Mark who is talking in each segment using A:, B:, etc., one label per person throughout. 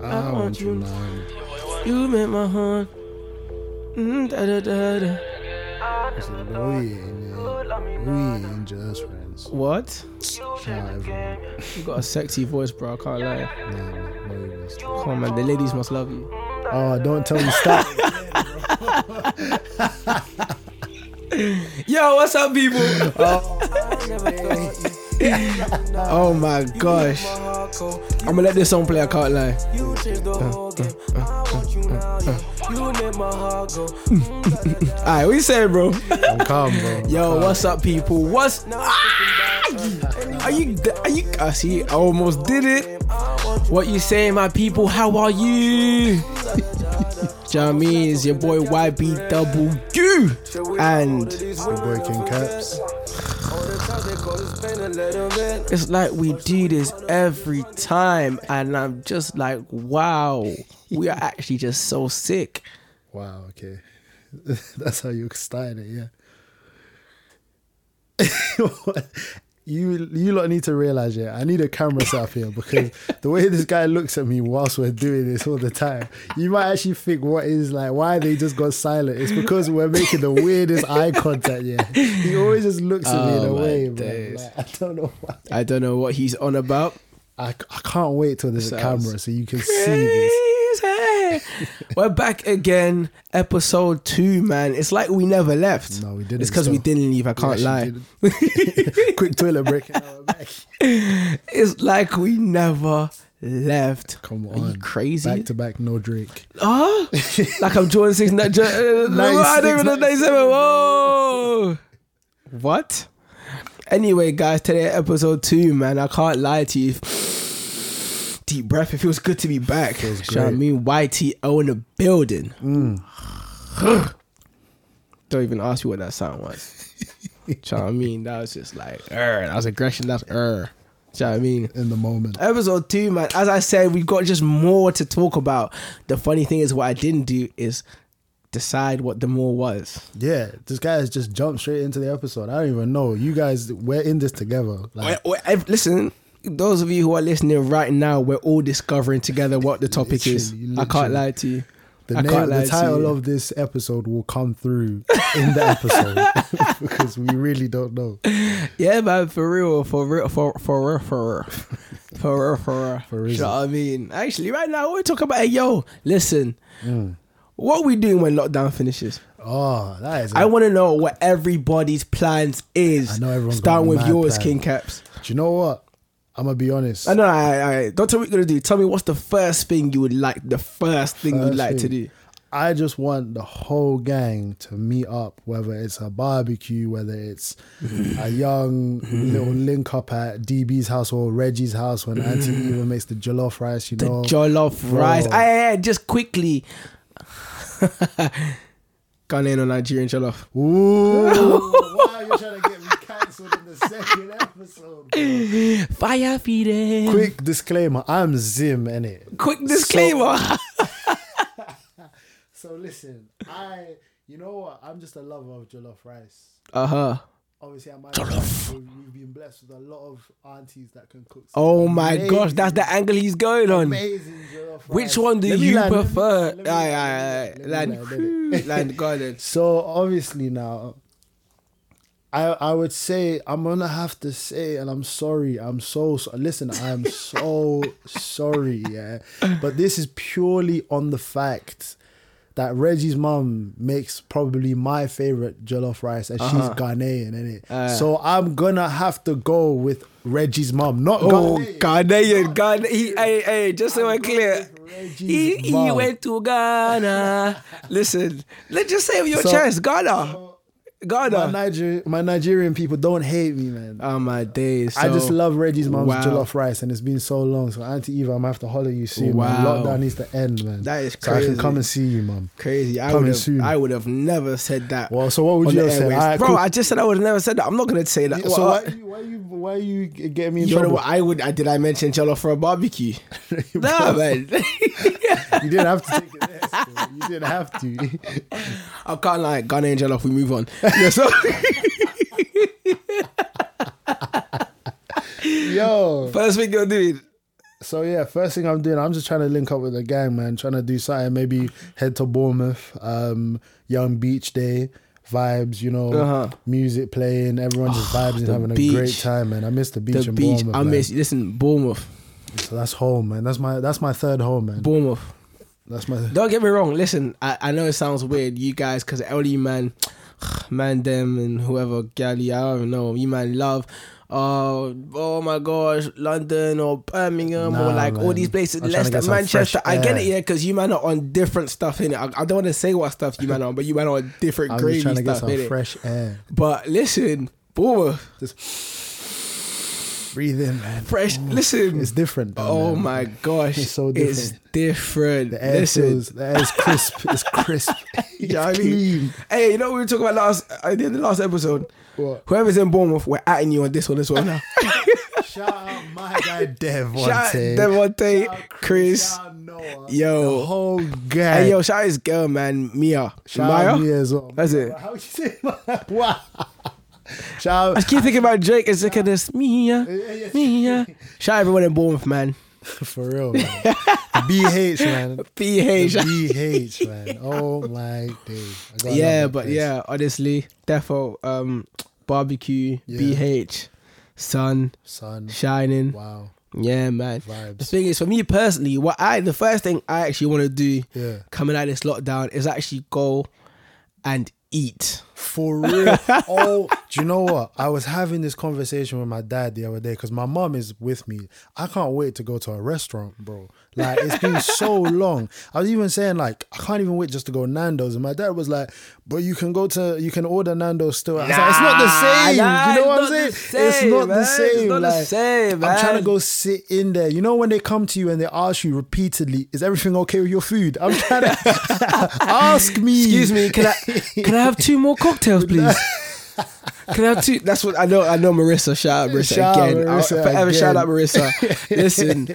A: I want you mine.
B: You meant my heart. Mm, da, da, da, da.
A: I said, "No, we ain't, uh, we ain't just friends.
B: What?
A: Nah, everyone.
B: You got a sexy voice, bro. I can't lie.
A: Nah, nah, no, you missed.
B: Come on, man. The ladies must love you.
A: Oh, don't tell me stop.
B: Yo, what's up, people? oh my gosh. I'm gonna let this song play. I can't lie. Uh, Alright, uh. what you saying, bro?
A: I'm calm, bro.
B: Yo, what's up, people? What's Ah! Are you? Are you? I see. I almost did it. What you saying, my people? How are you? Jamie is your boy YBW, and
A: Your boy King Caps.
B: it's like we do this every time, and I'm just like, wow, we are actually just so sick.
A: Wow, okay. That's how you started it, yeah. you you lot need to realise, yeah, I need a camera set up here because the way this guy looks at me whilst we're doing this all the time, you might actually think what is like why they just got silent. It's because we're making the weirdest eye contact, yeah. He always just looks at me in
B: Oh,
A: a
B: my
A: way, man.
B: days.
A: Like, I don't know why.
B: I don't know what he's on about.
A: I, I can't wait till there's a
B: Sounds
A: camera so you can see this.
B: Crazy. We're back again, episode two, man. It's like we never left.
A: No, we didn't,
B: It's because we
A: so-
B: didn't leave. I can't lie.
A: Quick toilet break. and now we're back.
B: It's like we never left.
A: Come
B: Are you
A: on.
B: crazy?
A: Back to back, no Drake.
B: Ah, like I'm Jordan Six. Not, Jo- uh, I don't even know
A: 96,
B: 97. Whoa, what? Anyway, guys, today episode two, man. I can't lie to you. Deep breath. It feels good to be back.
A: Feels
B: Shout out
A: great.
B: me YTO in the building. don't even ask me what that sound was. Do you know what I mean? That was just like, er, that was aggression. That's er. Do you know what I mean?
A: in the moment.
B: episode two, man. As I said, we've got just more to talk about. The funny thing is, what I didn't do is decide what the more was.
A: Yeah, this guy has just jumped straight into the episode. I don't even know. You guys, we're in this together. Like,
B: Wait, wait, ev- listen, those of you who are listening right now, we're all discovering together what the topic is.
A: Literally,
B: I can't
A: literally.
B: lie to you.
A: the
B: I
A: name,
B: can't lie
A: the
B: to
A: title
B: you.
A: of this episode will come through in the episode because we really don't know.
B: Yeah, man, for real, for real, for for real, for real, for real, for real.
A: For
B: Do
A: real.
B: you know what I mean? Actually, right now we're talking about. Hey, yo, listen,
A: Mm.
B: what we doing when lockdown finishes?
A: Oh, that is.
B: I want to know what everybody's plans is.
A: I know everyone's got
B: Starting with
A: mad
B: yours,
A: plans.
B: King Caps.
A: do you know what? I'm gonna be honest.
B: I know. I, I don't tell me what you're gonna do. Tell me what's the first thing you would like. The first thing you
A: First
B: would like to
A: thing,
B: do.
A: I just want the whole gang to meet up, whether it's a barbecue, whether it's a young little link up at DB's house or Reggie's house when Auntie Eva makes the jollof rice. You
B: The
A: know,
B: jollof
A: Oh. bro.
B: rice. I, just quickly. Ghanaian or Nigerian jollof.
A: Ooh, why are you trying to get me cancelled in the second episode? bro?
B: Fire feeding. Quick,
A: Quick disclaimer: I'm Zim, innit?
B: disclaimer.
A: So listen, I, you know what? I'm just a lover of jollof rice.
B: uh huh.
A: Obviously, at my jollof. we've been blessed with a lot of aunties that can cook. some
B: Oh my
A: amazing-
B: gosh, that's the angle he's going on.
A: amazing jollof rice.
B: Which one do
A: Let me
B: you
A: land, let me-
B: prefer?
A: let me
B: Aye, aye, aye.
A: land, let me
B: Land,
A: land, innit?
B: land garden.
A: So obviously now, I I would say I'm gonna have to say, and I'm sorry. I'm so, so listen. I'm so sorry. Yeah, but this is purely on the fact that Reggie's mum makes probably my favorite jollof rice, and she's Ghanaian, innit? so I'm gonna have to go with Reggie's mum, not
B: Oh,
A: Ghanaian.
B: Ghanaian, Ghana. He, hey, hey, just so we're clear.
A: Reggie's
B: He, he
A: mum.
B: went to Ghana. Listen, let's just say with your
A: So-
B: chest, Ghana.
A: My,
B: Ghana.
A: Niger- my Nigerian people don't hate me, man.
B: oh, my days.
A: I just
B: So,
A: love Reggie's mom's
B: wow.
A: jollof rice, and it's been so long. So Auntie Eva, I'm gonna have to holler you soon. Man.
B: Wow.
A: Lockdown needs to end, man.
B: That is
A: So I
B: crazy.
A: can come and see you, mum.
B: Crazy. I
A: Coming
B: would have.
A: soon.
B: I would have never said that.
A: Well, so what would
B: on
A: you
B: the
A: have said?
B: airwaves.
A: Alright,
B: Bro,
A: cool.
B: I just said I would have never said that. I'm not gonna say that.
A: so
B: Well,
A: why, you- why you why you getting me in
B: you know
A: trouble?
B: what I would? I did. I mention jollof for a barbecue. nah, man.
A: you didn't have to take it there. so You didn't have to.
B: I can't like Ghana and jollof. We move on. Yeah, so-
A: Yo,
B: First thing you're doing.
A: So yeah, first thing I'm doing, I'm just trying to link up with the gang, man. Trying to do something, maybe head to Bournemouth, um, Young Beach Day vibes, you know,
B: Uh-huh. Oh,
A: music playing, everyone just vibes and
B: the
A: having a great
B: beach.
A: time, man. I miss the beach
B: The
A: in
B: beach.
A: Bournemouth.
B: I
A: man.
B: miss. Listen, Bournemouth.
A: So that's home, man. That's my that's my third home, man.
B: Bournemouth.
A: That's my
B: Don't get me wrong. Listen, I, I know it sounds weird, you guys, because LE man, man them and whoever galley, I don't know, you man love. Uh, oh my gosh, London or Birmingham or
A: Nah,
B: like all
A: man.
B: these places,
A: I'm trying to
B: Leicester,
A: get some
B: Manchester.
A: fresh
B: I get
A: air.
B: it, yeah, because you man are on different stuff in it. I, I don't want to say what stuff you man are on, but you man are on different
A: I'm
B: gravy
A: just trying to get
B: stuff in
A: some
B: it.
A: fresh air.
B: But listen, Bournemouth,
A: Breathe in, man.
B: fresh. listen,
A: It's different. Though,
B: oh
A: man.
B: my gosh,
A: It's so
B: It's different.
A: The air
B: listen,
A: feels, the air is crisp. it's crisp.
B: You know
A: It's
B: what I mean?
A: clean.
B: Hey, you know what we were talking about last uh, in the last episode?
A: What?
B: Whoever's in Bournemouth, we're atting you on this one as well now.
A: Shout out my guy Devontae.
B: shout out Devontae, Chris.
A: Shout out Noah.
B: Yo.
A: The whole gang.
B: Hey, yo, shout out his girl, man, Mia.
A: Shout
B: Maya?
A: out me as well.
B: That's it.
A: How would you say Wow. Shout
B: I
A: out
B: keep thinking about Drake and thinking this Mia,
A: yeah.
B: Mia. Shout out everyone in Bournemouth, man.
A: for real, man. BH, man.
B: BH.
A: BH, man. Oh my days. I gotta
B: yeah,
A: love that
B: but
A: place.
B: yeah, honestly, defo, um, barbecue,
A: Yeah.
B: BH, sun
A: Son.
B: shining.
A: Wow.
B: Yeah, man. The
A: Vibes.
B: thing is, for me personally, what I the first thing I actually want to do
A: Yeah.
B: coming out of this lockdown is actually go and eat.
A: For real. oh, do you know what? I was having this conversation with my dad the other day because my mom is with me. I can't wait to go to a restaurant, bro. Like it's been so long. I was even saying like I can't even wait just to go Nando's, and my dad was like, "But you can go to you can order Nando's still." I was like, it's not the same.
B: nah,
A: you know what
B: it's
A: I'm saying?
B: not the same,
A: it's not
B: man.
A: the
B: It's
A: same.
B: not the
A: like,
B: same,
A: I'm trying
B: man.
A: to go sit in there. You know when they come to you and they ask you repeatedly, "Is everything okay with your food?" I'm trying to ask me.
B: Excuse me, can I can I have two more cocktails, please? Can I have two? That's what I know. I know Marissa. Shout out Marissa
A: Shout out
B: again. I'll
A: Marissa
B: forever shout
A: again.
B: out Marissa. Listen,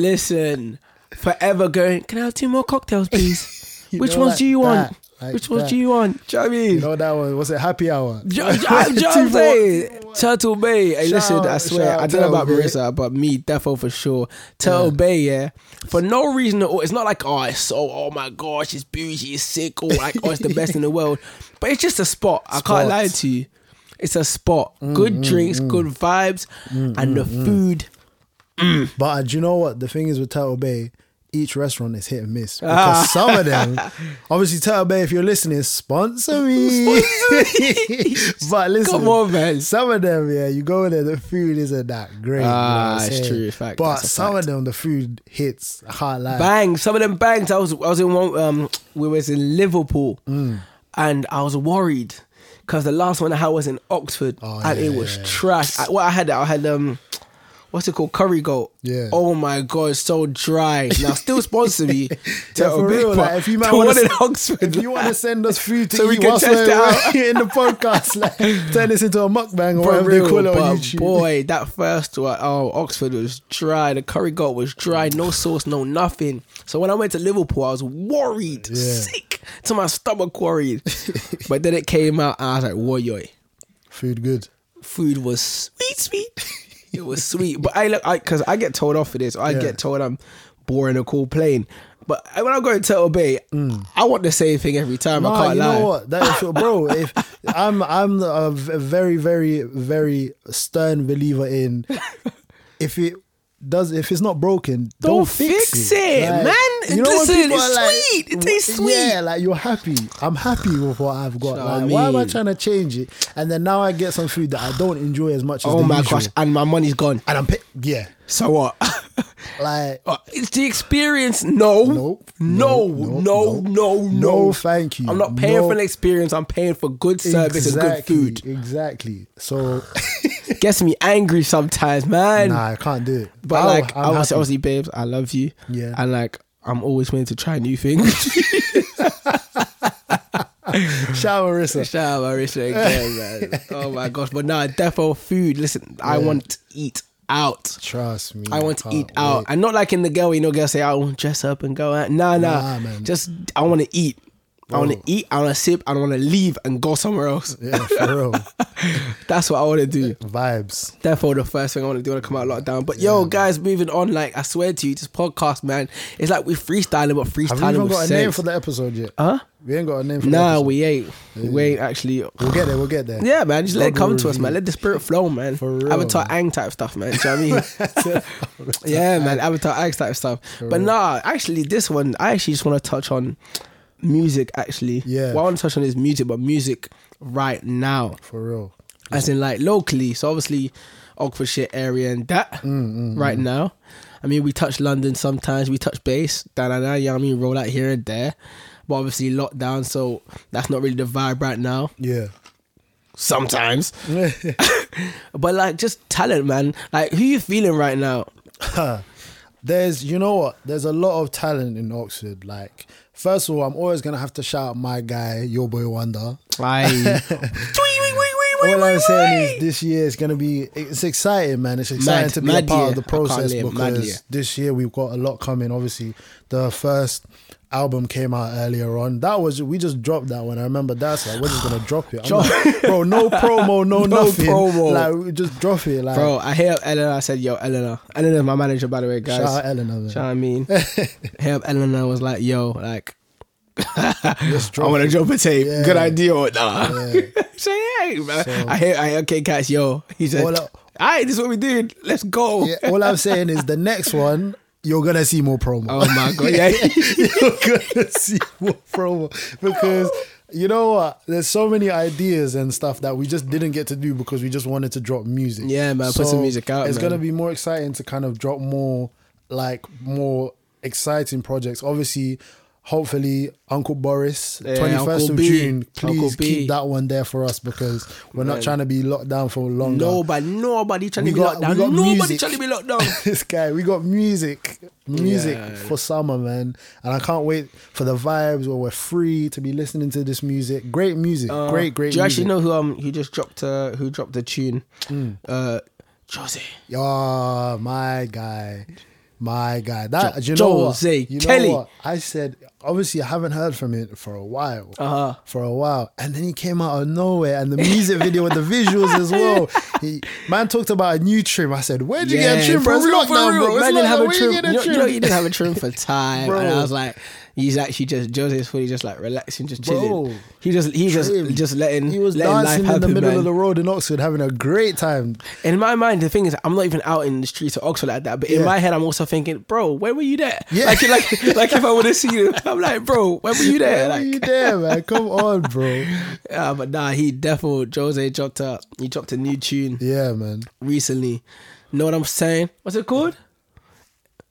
B: listen. Forever going. Can I have two more cocktails, please?
A: You
B: Which
A: know,
B: ones
A: like
B: do you want?
A: that, like
B: Which ones
A: that.
B: do you want? Do you know what I mean?
A: You know that one? Was it happy hour?
B: Jo- jo- I'm
A: Two
B: just
A: more-
B: saying, Turtle Bay. Hey,
A: Shout
B: listen, I
A: out-
B: swear,
A: shout
B: I
A: out
B: don't know about
A: Turtle Bay.
B: Marissa, but me, defo for sure. Turtle Bay, yeah. For no reason at all. It's not like, oh, it's so, oh my gosh, it's bougie, it's sick, or like, oh, it's the best in the world. But it's just a spot. I can't
A: Spot. Mm,
B: lie to you. It's a spot. good drinks, good vibes, and the food.
A: But uh, do you know what? The thing is with Turtle Bay, each restaurant is hit and miss. Because
B: Ah.
A: some of them, obviously, Turtle Bay, if you're listening, sponsor me. but listen,
B: Come on, man.
A: some of them, yeah, you go in there, the food isn't that great. you know what
B: Ah,
A: I'm
B: it's
A: saying?
B: true, fact,
A: But
B: that's a
A: some of them, the food hits. I can't lie.
B: Bang! Some of them bangs. I was I was in one. Um, we was in Liverpool,
A: Mm.
B: and I was worried because the last one I had was in Oxford,
A: Oh,
B: and it
A: yeah,
B: was
A: yeah.
B: trash. I, well, I had I had um, what's it called? Curry goat.
A: Yeah.
B: Oh my god, it's so dry. Now still sponsor me. to
A: Yeah, for
B: obey,
A: real,
B: but
A: like, if you might
B: the
A: wanna
B: one in
A: s-
B: Oxford,
A: If you want to send us food to
B: So we
A: eat
B: can
A: whilst
B: test it
A: we're
B: out.
A: we're in the podcast, like turn this into a mukbang or
B: For
A: whatever
B: real,
A: they call it
B: but
A: on YouTube.
B: boy, that first one, oh, Oxford was dry. The curry goat was dry. No sauce, no nothing. So when I went to Liverpool, I was worried,
A: Yeah.
B: sick to my stomach, worried. but then it came out, and I was like, "Whoa, yo,
A: Food good.
B: food was sweet, sweet. It was sweet." But I look, I because I get told off for this. I
A: Yeah.
B: get told I'm boring a cool plane. But when I go to Turtle Bay, I want the same thing every time. I
A: Mm. Nah,
B: can't
A: you
B: lie.
A: know what, that is, bro? If I'm, I'm a v- very, very, very stern believer in if it does, if it's not broken, don't,
B: Don't fix it, man.
A: when
B: Listen,
A: people
B: it's
A: are
B: sweet. It tastes
A: Yeah, like you're happy. I'm happy with what I've got.
B: Know what I
A: Like, why am I
B: mean?
A: trying to change it? And then now I get some food that I don't enjoy as much as
B: Oh
A: the
B: my
A: usual.
B: gosh! And my money's gone.
A: And I'm, pi- yeah,
B: So what?
A: like.
B: Uh, it's the experience. No.
A: Nope.
B: No.
A: Nope.
B: No.
A: Nope.
B: No. No.
A: No, thank you.
B: I'm not paying for an
A: No.
B: experience. I'm paying for good service and good
A: exactly,
B: food.
A: Exactly. So
B: Gets me angry sometimes, man.
A: nah, I can't do it.
B: But
A: Oh,
B: like,
A: I'm
B: I was
A: happy.
B: obviously, babes, I love you.
A: Yeah.
B: And like, I'm always willing to try new things.
A: Shout out Marissa.
B: Shout out Marisha again, man. Oh my gosh! But nah, defo food. Listen, I want to eat out.
A: Trust me.
B: I want to
A: can't
B: eat out, and not like in the girl, you know, girls say, "I want to dress up and go out." Nah, nah,
A: Nah, man.
B: just I want to eat. I want to eat, I want to sip, I want to leave and go somewhere else.
A: Yeah, for real.
B: That's what I want to do.
A: Vibes.
B: Therefore, the first thing I want to do when I come out of lockdown. But yo, guys, moving on. Like I swear to you, this podcast, man, it's like we freestyling, but
A: Have we
B: freestyling
A: even
B: with
A: got a
B: sense.
A: name for the episode yet?
B: huh?
A: We ain't got a name for
B: Uh, Nah,
A: the episode.
B: we ain't. We ain't actually.
A: We'll get there, we'll get there.
B: Yeah, man, just let it
A: God
B: come
A: will
B: to us, man.
A: reveal.
B: Let the spirit flow, man.
A: For real,
B: Avatar Ang type stuff, man. Do you know what I mean? yeah, man, Avatar Ang type stuff. but nah, actually, this one, I actually just want to touch on music, actually.
A: Yeah.
B: What I want to touch on is music, but music right now,
A: For real.
B: as in like locally. So obviously, Oxfordshire area and that
A: Mm,
B: right now. I mean, we touch London sometimes, we touch base, da da da, you know what I mean? Roll out here and there. But obviously, lockdown, so that's not really the vibe right now.
A: Yeah.
B: Sometimes. But like, just talent, man. Like, who you feeling right now?
A: there's you know what there's a lot of talent in oxford like first of all i'm always gonna have to shout out my guy your boy wonder
B: I
A: all i'm saying is this year is gonna be it's exciting man it's exciting
B: Mad-
A: to be
B: mad
A: a part
B: year.
A: of the
B: I can't
A: process
B: lie, mad
A: because
B: year.
A: this year we've got a lot coming obviously the first album came out earlier on that was we just dropped that one i remember that's like we're just gonna drop it I'm like, bro no promo no,
B: No
A: nothing
B: promo.
A: like we just drop it like
B: Bro, I hear up Eleanor. I said, "Yo, Eleanor." Eleanor's my manager, by the way, guys.
A: shout out eleanor man.
B: Shout out, I mean, hear up Eleanor was like, "Yo, like,
A: Let's
B: I
A: drop
B: want to
A: it.
B: drop a tape.
A: Yeah.
B: Good idea or nah?" Say, "Hey, man."
A: So-
B: I hear, I hear, okay, cats. Yo, he said, "All
A: All I-
B: right, this is what we did. Let's go."
A: Yeah, all i'm saying is the next one you're gonna see more promo
B: Oh my god, yeah.
A: you're gonna see more promo because you know what? There's so many ideas and stuff that we just didn't get to do because we just wanted to drop music.
B: Yeah, man, put some music out,
A: It's
B: man.
A: gonna be more exciting to kind of drop more, like more exciting projects. Obviously. Hopefully, Uncle Boris,
B: Yeah,
A: twenty first
B: Uncle
A: of
B: B.
A: June.
B: Uncle
A: Please
B: B.
A: keep that one there for us because we're
B: Man.
A: not trying to be locked down for longer.
B: Nobody, nobody trying
A: We
B: to be
A: got-
B: locked
A: we
B: down.
A: got
B: Nobody
A: music.
B: trying to be locked down.
A: this guy. We got music, music
B: Oh. Yeah.
A: for summer, man, and I can't wait for the vibes where we're free to be listening to this music. Great music,
B: Uh,
A: great, great.
B: Do you
A: music.
B: actually know who um who just dropped uh who dropped the tune?
A: Hmm.
B: Uh, Jose.
A: Oh, my guy, my guy. That
B: Jo-
A: you know what?
B: Jose
A: You know
B: Kelly.
A: what? I said obviously I haven't heard from him for a while.
B: Uh-huh.
A: For a while, and then he came out of nowhere, and the music video with the visuals as well. He man talked about a new trim. I said, "Where'd you get a trim from?
B: for real, for
A: Lockdown,
B: real.
A: bro. It's
B: Man didn't have
A: lockdown.
B: a
A: Where you
B: trim. You
A: get a
B: know, you
A: trim?"
B: know, he didn't have a trim for time, and I
A: Bro.
B: was like, he's actually just Jose's fully just like relaxing, just chilling.
A: Bro.
B: He just he just
A: Trim.
B: just letting
A: He was
B: letting life
A: dancing
B: happen,
A: in the middle
B: man.
A: of the road in Oxford, having a great time.
B: In my mind, the thing is, I'm not even out in the streets of Oxford like that. But in
A: Yeah.
B: my head, I'm also thinking, bro, where were you there?
A: Yeah.
B: Like, like, like if I would have seen you, I'm like, bro, where were you
A: Where
B: there? Like,
A: were you there, man? Come on, bro.
B: yeah, but nah, he definitely Jose dropped a he dropped a new tune
A: Yeah, man.
B: recently. Know what I'm saying? What's it called?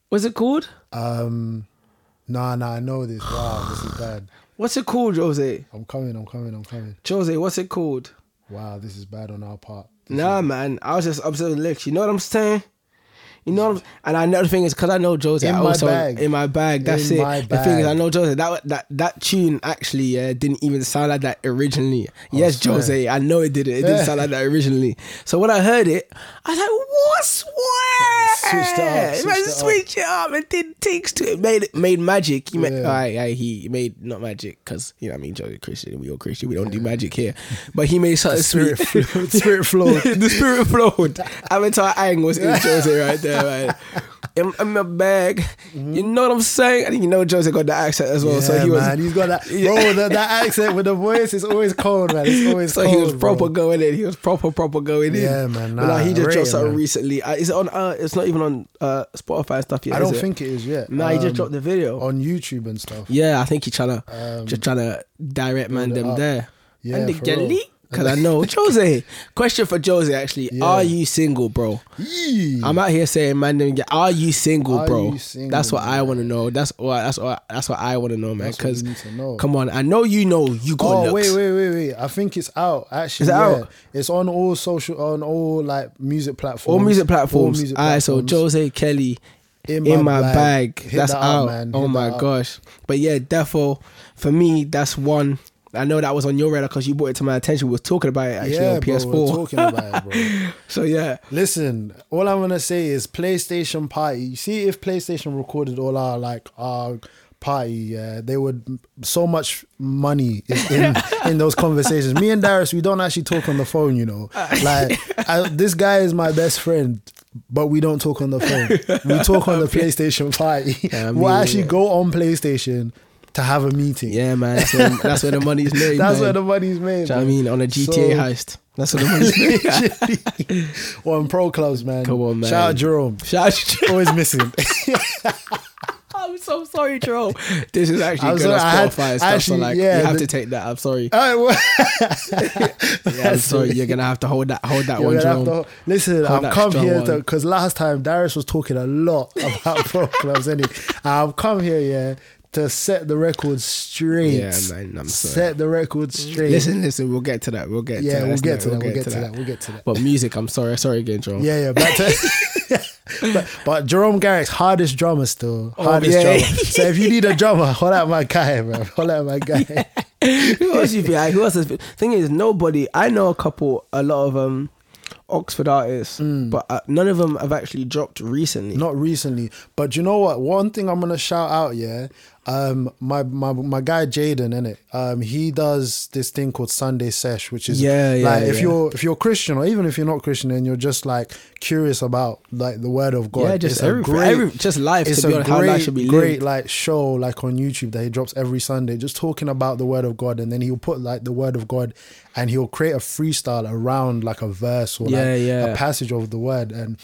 B: What's it called?
A: Um, nah, nah, I know this. Wow, this is bad.
B: What's it called, Jose?
A: I'm coming, I'm coming, I'm coming.
B: Jose, what's it called?
A: Wow, this is bad on our part.
B: Nah, man, I was just observing the lyrics. You know what I'm saying? You know, what I'm, and I know the thing is because I know Jose.
A: In
B: I
A: my
B: also,
A: bag.
B: In my bag. That's
A: In
B: it.
A: my
B: The thing is, I
A: bag.
B: know Jose. That that that tune actually uh, didn't even sound like that originally. yes,
A: swear.
B: Jose. I know it did. It didn't
A: Yeah.
B: sound like that originally. So when I heard it, I was like, "What's what?
A: Switched it up,
B: Man,
A: switched it up.
B: switch it up. and did things to it. Made made magic. He made.
A: Yeah.
B: I, I, he made not magic because you know what I mean Jose Christian. We all Christian. We don't do magic here. But he made something
A: Spirit
B: sweet.
A: flowed. Spirit flowed.
B: the spirit flowed. Avatar Ang was in Jose right there, man. In, in my bag. You know what I'm saying? And you know Jose got the accent as well.
A: Mm-hmm. Yeah,
B: so he was
A: man, he's got that.
B: Yeah.
A: Bro, that, that accent with the voice is always cold, man. It's always
B: so
A: cold.
B: he was proper
A: bro.
B: going in. He was proper, proper going in.
A: Yeah, man,
B: but
A: nah,
B: like, he just
A: rate
B: dropped
A: it,
B: something
A: man.
B: recently. Uh, is it on? Uh, it's not even on uh, Spotify and stuff yet.
A: I don't
B: is it?
A: think it is yet.
B: Nah, he just
A: Um,
B: dropped the video.
A: on YouTube and stuff.
B: Yeah, I think he trying to just trying to direct man them
A: Um, up.
B: there.
A: Yeah,
B: and the
A: for real.
B: galley. Cause I know Jose. Question for Jose actually:
A: Yeah.
B: Are you single, bro?
A: Yee.
B: Mm. I'm out here saying, man, then get- are you single,
A: Are
B: bro?
A: you single,
B: that's what I
A: man?
B: want to know. That's what that's what that's what I want to know, man.
A: That's what
B: Because
A: you need to know.
B: come on, I know you know you got
A: Oh
B: looks.
A: wait, wait, wait, wait! I think it's out. Actually,
B: Is it
A: yeah.
B: out?
A: It's on all social, on all like music platforms.
B: All music platforms.
A: All music
B: All right, so
A: platforms.
B: Jose Kelly in my, bag.
A: Hit
B: That's
A: that up,
B: out.
A: man.
B: Oh
A: Hit
B: my
A: that up.
B: gosh. But yeah, defo for me, that's one. I know that was on your radar because you brought it to my attention. We were talking about it actually
A: yeah,
B: on
A: bro,
B: PS4.
A: we're talking about it, bro.
B: so yeah,
A: Listen, all I'm gonna say is PlayStation Party. You see, if PlayStation recorded all our like our party. Yeah, they would so much money is in in those conversations. Me and Darius, we don't actually talk on the phone. You know, like I, this guy is my best friend. But we don't talk on the phone. We talk on the PlayStation party.
B: Yeah, I
A: we'll
B: mean,
A: actually
B: yeah.
A: go on PlayStation to have a meeting.
B: Yeah, man. So that's where the money's made.
A: That's
B: man.
A: where the money's made.
B: Do you know what I
A: man.
B: mean? On a GTA
A: So-
B: heist. That's what the money's made.
A: Literally. well, in pro clubs, man.
B: Come on, man.
A: Shout out Jerome.
B: Shout out to Jerome.
A: Always missing.
B: I'm so sorry, Jerome. This is actually
A: I'm
B: good
A: sorry,
B: on
A: I had-
B: Spotify and stuff.
A: actually,
B: so like,
A: yeah,
B: you have
A: the-
B: to take that. I'm sorry.
A: All right, well,
B: Yeah, I'm sorry. You're gonna have to hold that. Hold that
A: you're
B: one,
A: gonna have
B: Jerome.
A: to- listen, I've
B: that
A: come
B: strong
A: here
B: one.
A: because last time Darius was talking a lot about pro clubs, and I've come here, yeah, to set the record straight.
B: Yeah, man, I'm sorry.
A: Set the record straight.
B: Listen, listen. We'll get to that. We'll get.
A: yeah,
B: to that.
A: we'll
B: Let's
A: get
B: not-
A: to that. We'll get to that. We'll get to that.
B: But music. I'm sorry. Sorry again, Jerome.
A: Yeah, yeah, back to but, but Jerome Garrick's hardest drummer still. Hardest
B: Oh, yeah.
A: drummer. So if you need a drummer, hold out my guy, bro. Hold out my guy.
B: who else you be like? Who else? Is, thing is, nobody. I know a couple, a lot of um, Oxford artists, but uh, none of them have actually dropped recently.
A: Mm. Not recently, but you know what? One thing I'm gonna shout out, yeah. Um, my my my guy Jaden, innit? Um, he does this thing called Sunday Sesh, which is
B: Yeah, yeah,
A: like if
B: yeah.
A: you're if you're Christian or even if you're not Christian and you're just like curious about like the Word of God,
B: yeah, just
A: it's a
B: every,
A: great-
B: every, just life.
A: it's
B: to be
A: a
B: honest,
A: great,
B: how life should be lived.
A: great like show like on YouTube that he drops every Sunday, just talking about the Word of God, and then he'll put like the Word of God, and he'll create a freestyle around like a verse or
B: Yeah,
A: like
B: yeah.
A: a passage of the Word, and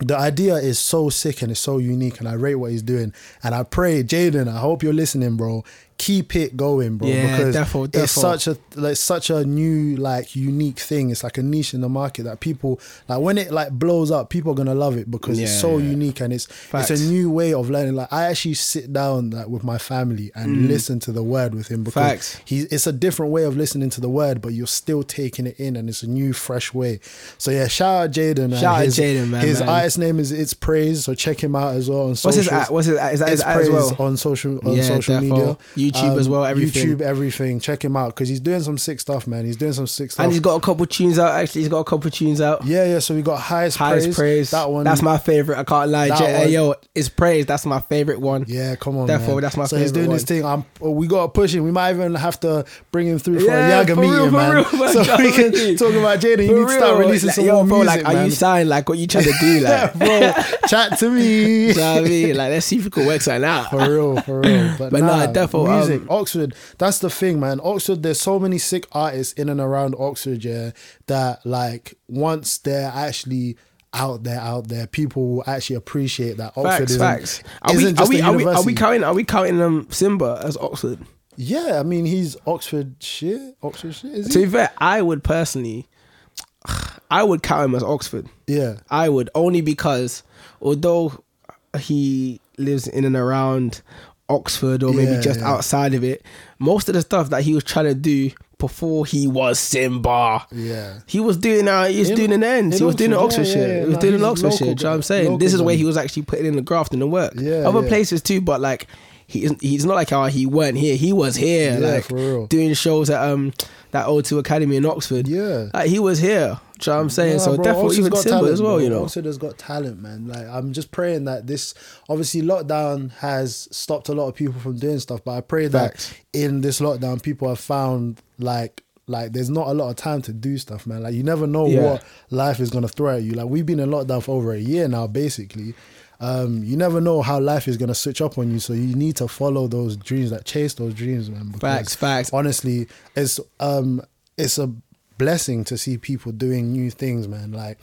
A: the idea is so sick and it's so unique, and I rate what he's doing, and I pray Jaden, I hope you're listening, bro. Keep it going, bro.
B: Yeah,
A: because
B: defo,
A: it's
B: defo.
A: such a like such a new like unique thing. It's like a niche in the market that people like when it like blows up, people are gonna love it because it's
B: Yeah,
A: so
B: yeah.
A: unique and it's
B: Facts.
A: it's a new way of learning. Like I actually sit down like with my family and listen to the word with him because
B: Mm. Facts.
A: he it's a different way of listening to the word, but you're still taking it in and it's a new, fresh way. So yeah, shout out Jaden. and
B: Shout out
A: his-
B: Jaden, man,
A: His
B: man.
A: artist name is It's Praise, so check him out as well on
B: What's
A: socials.
B: his at? What's his at? Is that his
A: It's
B: at as
A: praise
B: well?
A: on social on
B: Yeah,
A: social
B: defo.
A: media, Um,
B: YouTube as well, everything.
A: YouTube, everything. Check him out because he's doing some sick stuff, man. He's doing some sick stuff.
B: And he's got a couple tunes out. Actually, he's got a couple tunes out.
A: yeah, yeah. So we got highest,
B: Highest
A: praise.
B: praise.
A: That one.
B: That's my favorite. I can't lie.
A: That
B: J-
A: one.
B: yo, it's praise. That's my favorite one.
A: Yeah, come on.
B: Therefore,
A: man.
B: that's my
A: So he's doing
B: favourite
A: this thing. I'm, oh, we gotta push him. We might even have to bring him through for
B: Yeah,
A: a Yaga
B: for
A: meeting,
B: real, for
A: man.
B: real, man.
A: so we can
B: Golly.
A: talk about Jaden. You
B: For
A: need to start
B: real.
A: releasing
B: Like,
A: some
B: yo,
A: more
B: bro,
A: music,
B: like, are you
A: man.
B: signed? Like, what you trying to do? Like,
A: bro, chat to me.
B: you know what I mean? Like, let's see if we can work something out.
A: For real, for real. But,
B: But
A: nah,
B: nah, defo,
A: music,
B: um,
A: Oxford. That's the thing, man. Oxford, there's so many sick artists in and around Oxford, yeah, that like once they're actually out there, out there, people will actually appreciate that Oxford
B: Facts,
A: isn't,
B: facts. Are
A: isn't
B: we, are
A: just
B: we,
A: a
B: are we, are we
A: university.
B: counting? Are we counting um Simba as Oxford?
A: yeah, I mean he's Oxford shit. Oxford shit, is
B: To
A: he?
B: be fair, I would personally, I would count him as Oxford.
A: Yeah.
B: I would only because although he lives in and around Oxford or maybe
A: Yeah,
B: just
A: yeah.
B: outside of it, most of the stuff that he was trying to do before he was Simba.
A: Yeah.
B: He was doing uh, he was
A: In-
B: doing an end.
A: in
B: He was doing the
A: Oxford,
B: Oxford
A: yeah,
B: shit.
A: yeah, yeah.
B: He was
A: No,
B: doing
A: he's
B: the Oxford
A: local
B: shit. Do you know what I'm
A: guy.
B: saying?
A: Local
B: This is where
A: guy.
B: he was actually putting in the graft and the work.
A: Yeah,
B: Other
A: yeah.
B: places too, but like he isn't, he's not like oh he weren't here. He was here,
A: Yeah,
B: like
A: for real.
B: doing shows at um that O2 Academy in Oxford.
A: Yeah.
B: like, he was here. Do you know what I'm saying?
A: Nah,
B: so
A: bro,
B: definitely
A: Oxford's
B: even Timber
A: talent,
B: as well.
A: bro.
B: You know,
A: Oxford has got talent, man. Like I'm just praying that this obviously lockdown has stopped a lot of people from doing stuff, but I pray that
B: Facts.
A: in this lockdown people have found like like there's not a lot of time to do stuff, man. Like you never know
B: Yeah.
A: what life is gonna throw at you. Like we've been in lockdown for over a year now, basically. Um, you never know how life is gonna switch up on you, so you need to follow those dreams, like chase those dreams, man. because
B: Facts, facts.
A: honestly it's um it's a blessing to see people doing new things man like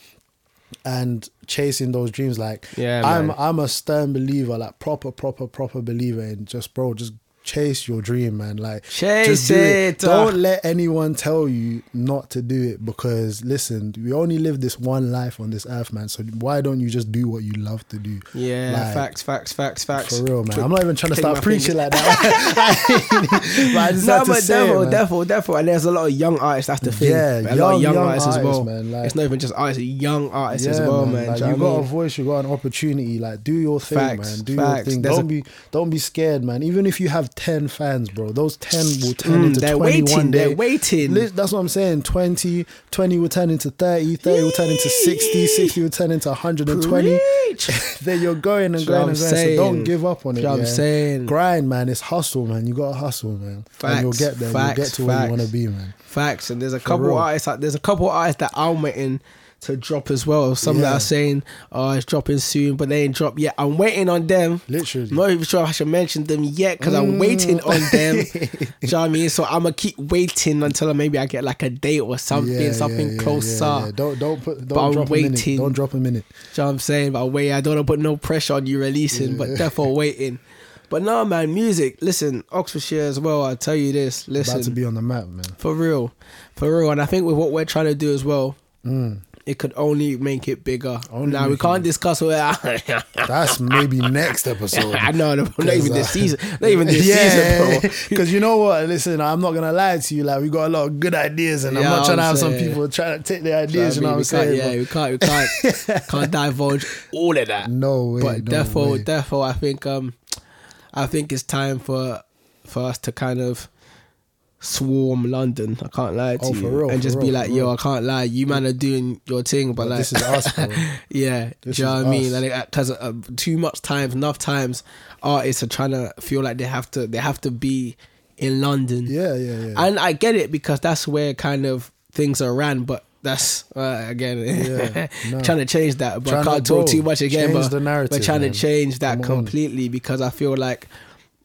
A: and chasing those dreams like
B: Yeah,
A: i'm
B: man.
A: i'm a stern believer like proper proper proper believer in just bro just chase your dream man like
B: Chase
A: just do
B: it. uh.
A: don't let anyone tell you not to do it because listen we only live this one life on this earth man so why don't you just do what you love to do
B: Yeah,
A: Like,
B: facts, facts, facts, facts.
A: for real man
B: Click-
A: i'm not even trying to
B: click my
A: start preaching like
B: fingers.
A: that but i just
B: No,
A: had to
B: but
A: say it,
B: devil,
A: man.
B: devil, devil, and there's a lot of young artists. That's the thing.
A: Yeah,
B: a lot
A: young-
B: of young,
A: young
B: artists, as
A: artists,
B: well.
A: man, like-
B: it's not even just artists, young artists as well, man.
A: Like,
B: Do you
A: you
B: know what I
A: got a
B: mean?
A: voice, you got an opportunity. Like, do your thing,
B: Facts,
A: man. Do
B: facts.
A: your thing.
B: There's
A: don't
B: a-
A: be, don't be scared, man. Even if you have ten fans, bro. Those ten will turn into
B: Mm, they're
A: 20
B: waiting.
A: one day.
B: They're waiting.
A: Li- That's what I'm saying. 20, 20 will turn into 30, 30 will turn into 60, 60 will turn into 120.
B: Preach.
A: then you're going and
B: That's what
A: going and going.
B: I'm
A: So don't
B: saying.
A: give up on it.
B: That's what I'm
A: yeah.
B: saying.
A: Grind, man. It's hustle, man. You gotta hustle, man. and you'll
B: Facts,
A: get there.
B: facts,
A: you'll get to where
B: facts.
A: you wanna be, man.
B: Facts. And there's a couple
A: real.
B: artists. Like, there's a couple artists that I'm waiting to drop as well. Some that
A: Yeah.
B: are saying, "Oh, it's dropping soon," but they ain't dropped yet. I'm waiting on them.
A: Literally.
B: Not even sure if I should mention them yet because I'm waiting on them.
A: Mm.
B: Do you know what I mean? So I'm gonna keep waiting until maybe I get like a date or something,
A: Yeah, yeah,
B: something
A: yeah, yeah,
B: closer.
A: yeah. Don't don't put don't
B: I'm
A: drop a
B: waiting.
A: minute. Don't drop a minute.
B: Do you know what I'm saying? But wait, I don't want to put no pressure on you releasing, but therefore waiting. But no, man, music. Listen, Oxfordshire as well. I tell you this.
A: About to
B: Listen,
A: be on the map, man.
B: for real, for real. And I think with what we're trying to do as well, it could only make it bigger.
A: Mm. Only
B: now we
A: make it
B: can't discuss where.
A: That's maybe next episode.
B: I know, not even this
A: uh,
B: season. Not even this season, bro.
A: Because you know what? Listen, I'm not gonna lie to you. Like we got a lot of good ideas, and
B: Yeah,
A: I'm not trying to
B: I'm
A: have some
B: saying.
A: people trying to take their
B: Do
A: ideas. You know what I'm
B: I mean?
A: saying?
B: We can't- Yeah, we can't, we can't, can't divulge all of that.
A: But no way.
B: but
A: no
B: therefore,
A: way.
B: therefore, I think um, I think it's time for for us to kind of swarm London. I can't lie to
A: Oh,
B: you,
A: for real,
B: and
A: for
B: just be
A: real,
B: like,
A: for
B: yo,
A: real.
B: I can't lie. You man are doing your thing, but like
A: this is us, bro.
B: yeah,
A: This
B: do you know
A: is
B: what I mean?
A: us.
B: Like, because uh, too much times, enough times, artists are trying to feel like they have to, they have to be in London.
A: Yeah, yeah, yeah.
B: And I get it because that's where kind of things are ran, but that's uh, again
A: Yeah, no.
B: trying to change that. But I
A: Tryna-
B: can't talk
A: bro,
B: too much again.
A: change
B: But
A: the narrative,
B: we're trying
A: man.
B: to change that
A: Come on.
B: completely because I feel like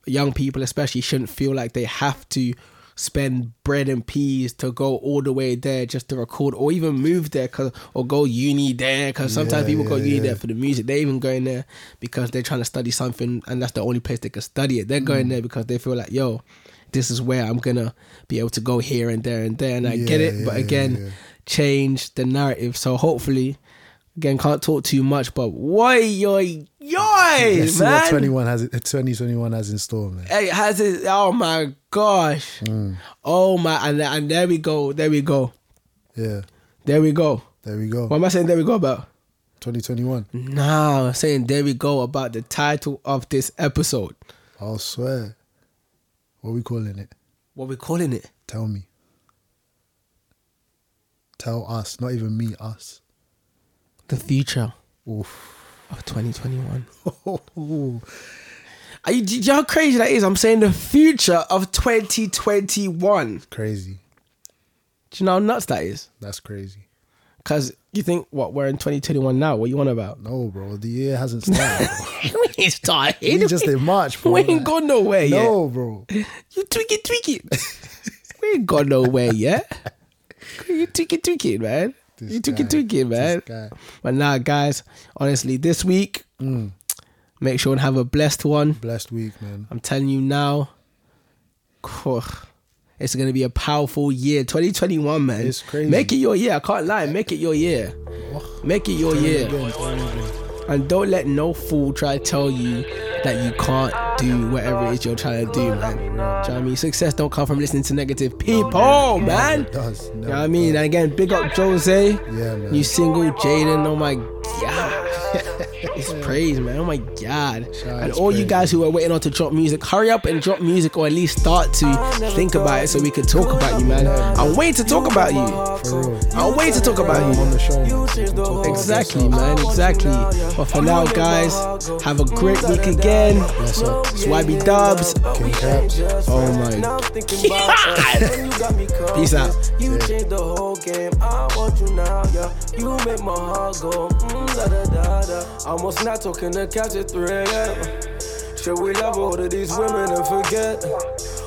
B: young people, especially, shouldn't feel like they have to spend bread and peas to go all the way there just to record or even move there 'cause- or go uni there because sometimes
A: Yeah,
B: people go
A: yeah,
B: uni
A: yeah.
B: there for the music they're even going there because they're trying to study something and that's the only place they can study it they're going
A: Mm.
B: there because they feel like yo this is where i'm gonna be able to go here and there and there and i get
A: Yeah,
B: it but
A: yeah, yeah,
B: again
A: yeah.
B: change the narrative so hopefully again can't talk too much but why yo yo
A: Let's see what
B: man
A: 21 has. 2021 has in store, man. Mm,
B: Hey, how's it? Oh my gosh! Oh my, and, and there we go, there we go,
A: Yeah,
B: there we go.
A: there we go.
B: What am I saying? There we go about.
A: 2021.
B: Nah, I'm saying there we go about the title of this episode.
A: I'll swear. What we calling it?
B: What we calling it?
A: Tell me. Tell us. Not even me. Us.
B: The future
A: Oof.
B: of 2021.
A: Ooh.
B: Are you, do you know how crazy that is? I'm saying the future of 2021.
A: Crazy.
B: Do you know how nuts that is?
A: That's crazy.
B: Because you think, what, we're in 2021 now? What you on about?
A: No, bro. The year hasn't started. bro.
B: we started.
A: We just in March, bro.
B: We ain't gone nowhere yet.
A: No, bro.
B: You tweak it, tweak it. we ain't gone nowhere yet. You tweak it, tweak it, man.
A: This
B: you tweak it,
A: guy,
B: tweak it,
A: this
B: man.
A: guy. Mm.
B: But nah, guys, honestly, this week, make sure and have a blessed one.
A: Blessed week, man.
B: I'm telling you now, it's going to be a powerful year. 2021, man.
A: It's crazy.
B: Make it your year. I can't lie. Make it your year. Make it your year.
A: Again, again.
B: And don't let no fool try to tell you that you can't do whatever it is you're trying to do, man. Do you know what I mean? Success don't come from listening to negative people, man.
A: It does.
B: You know what I mean? And again, big up Jose.
A: Yeah, man.
B: New single, Jaden. Oh my god. it's praise, man. Oh my god.
A: Shout
B: and
A: out
B: all
A: to
B: you
A: praise,
B: guys who are waiting on to drop music, hurry up and drop music or at least start to think about it so we can talk about you, man. I'm waiting to talk about you.
A: For real.
B: I'm waiting to talk about
A: I'm
B: you.
A: on the show. man.
B: Exactly, man. Exactly. But for now, guys, have a great week again.
A: Bless up.
B: It's YB Dubs.
A: King Caps.
B: Oh my God. Peace out.
C: You changed the whole game. I want you now, yeah. You make my heart go. Mm, da, da, da, da. Almost not talking to catch a thread. Should we love all of these women and forget?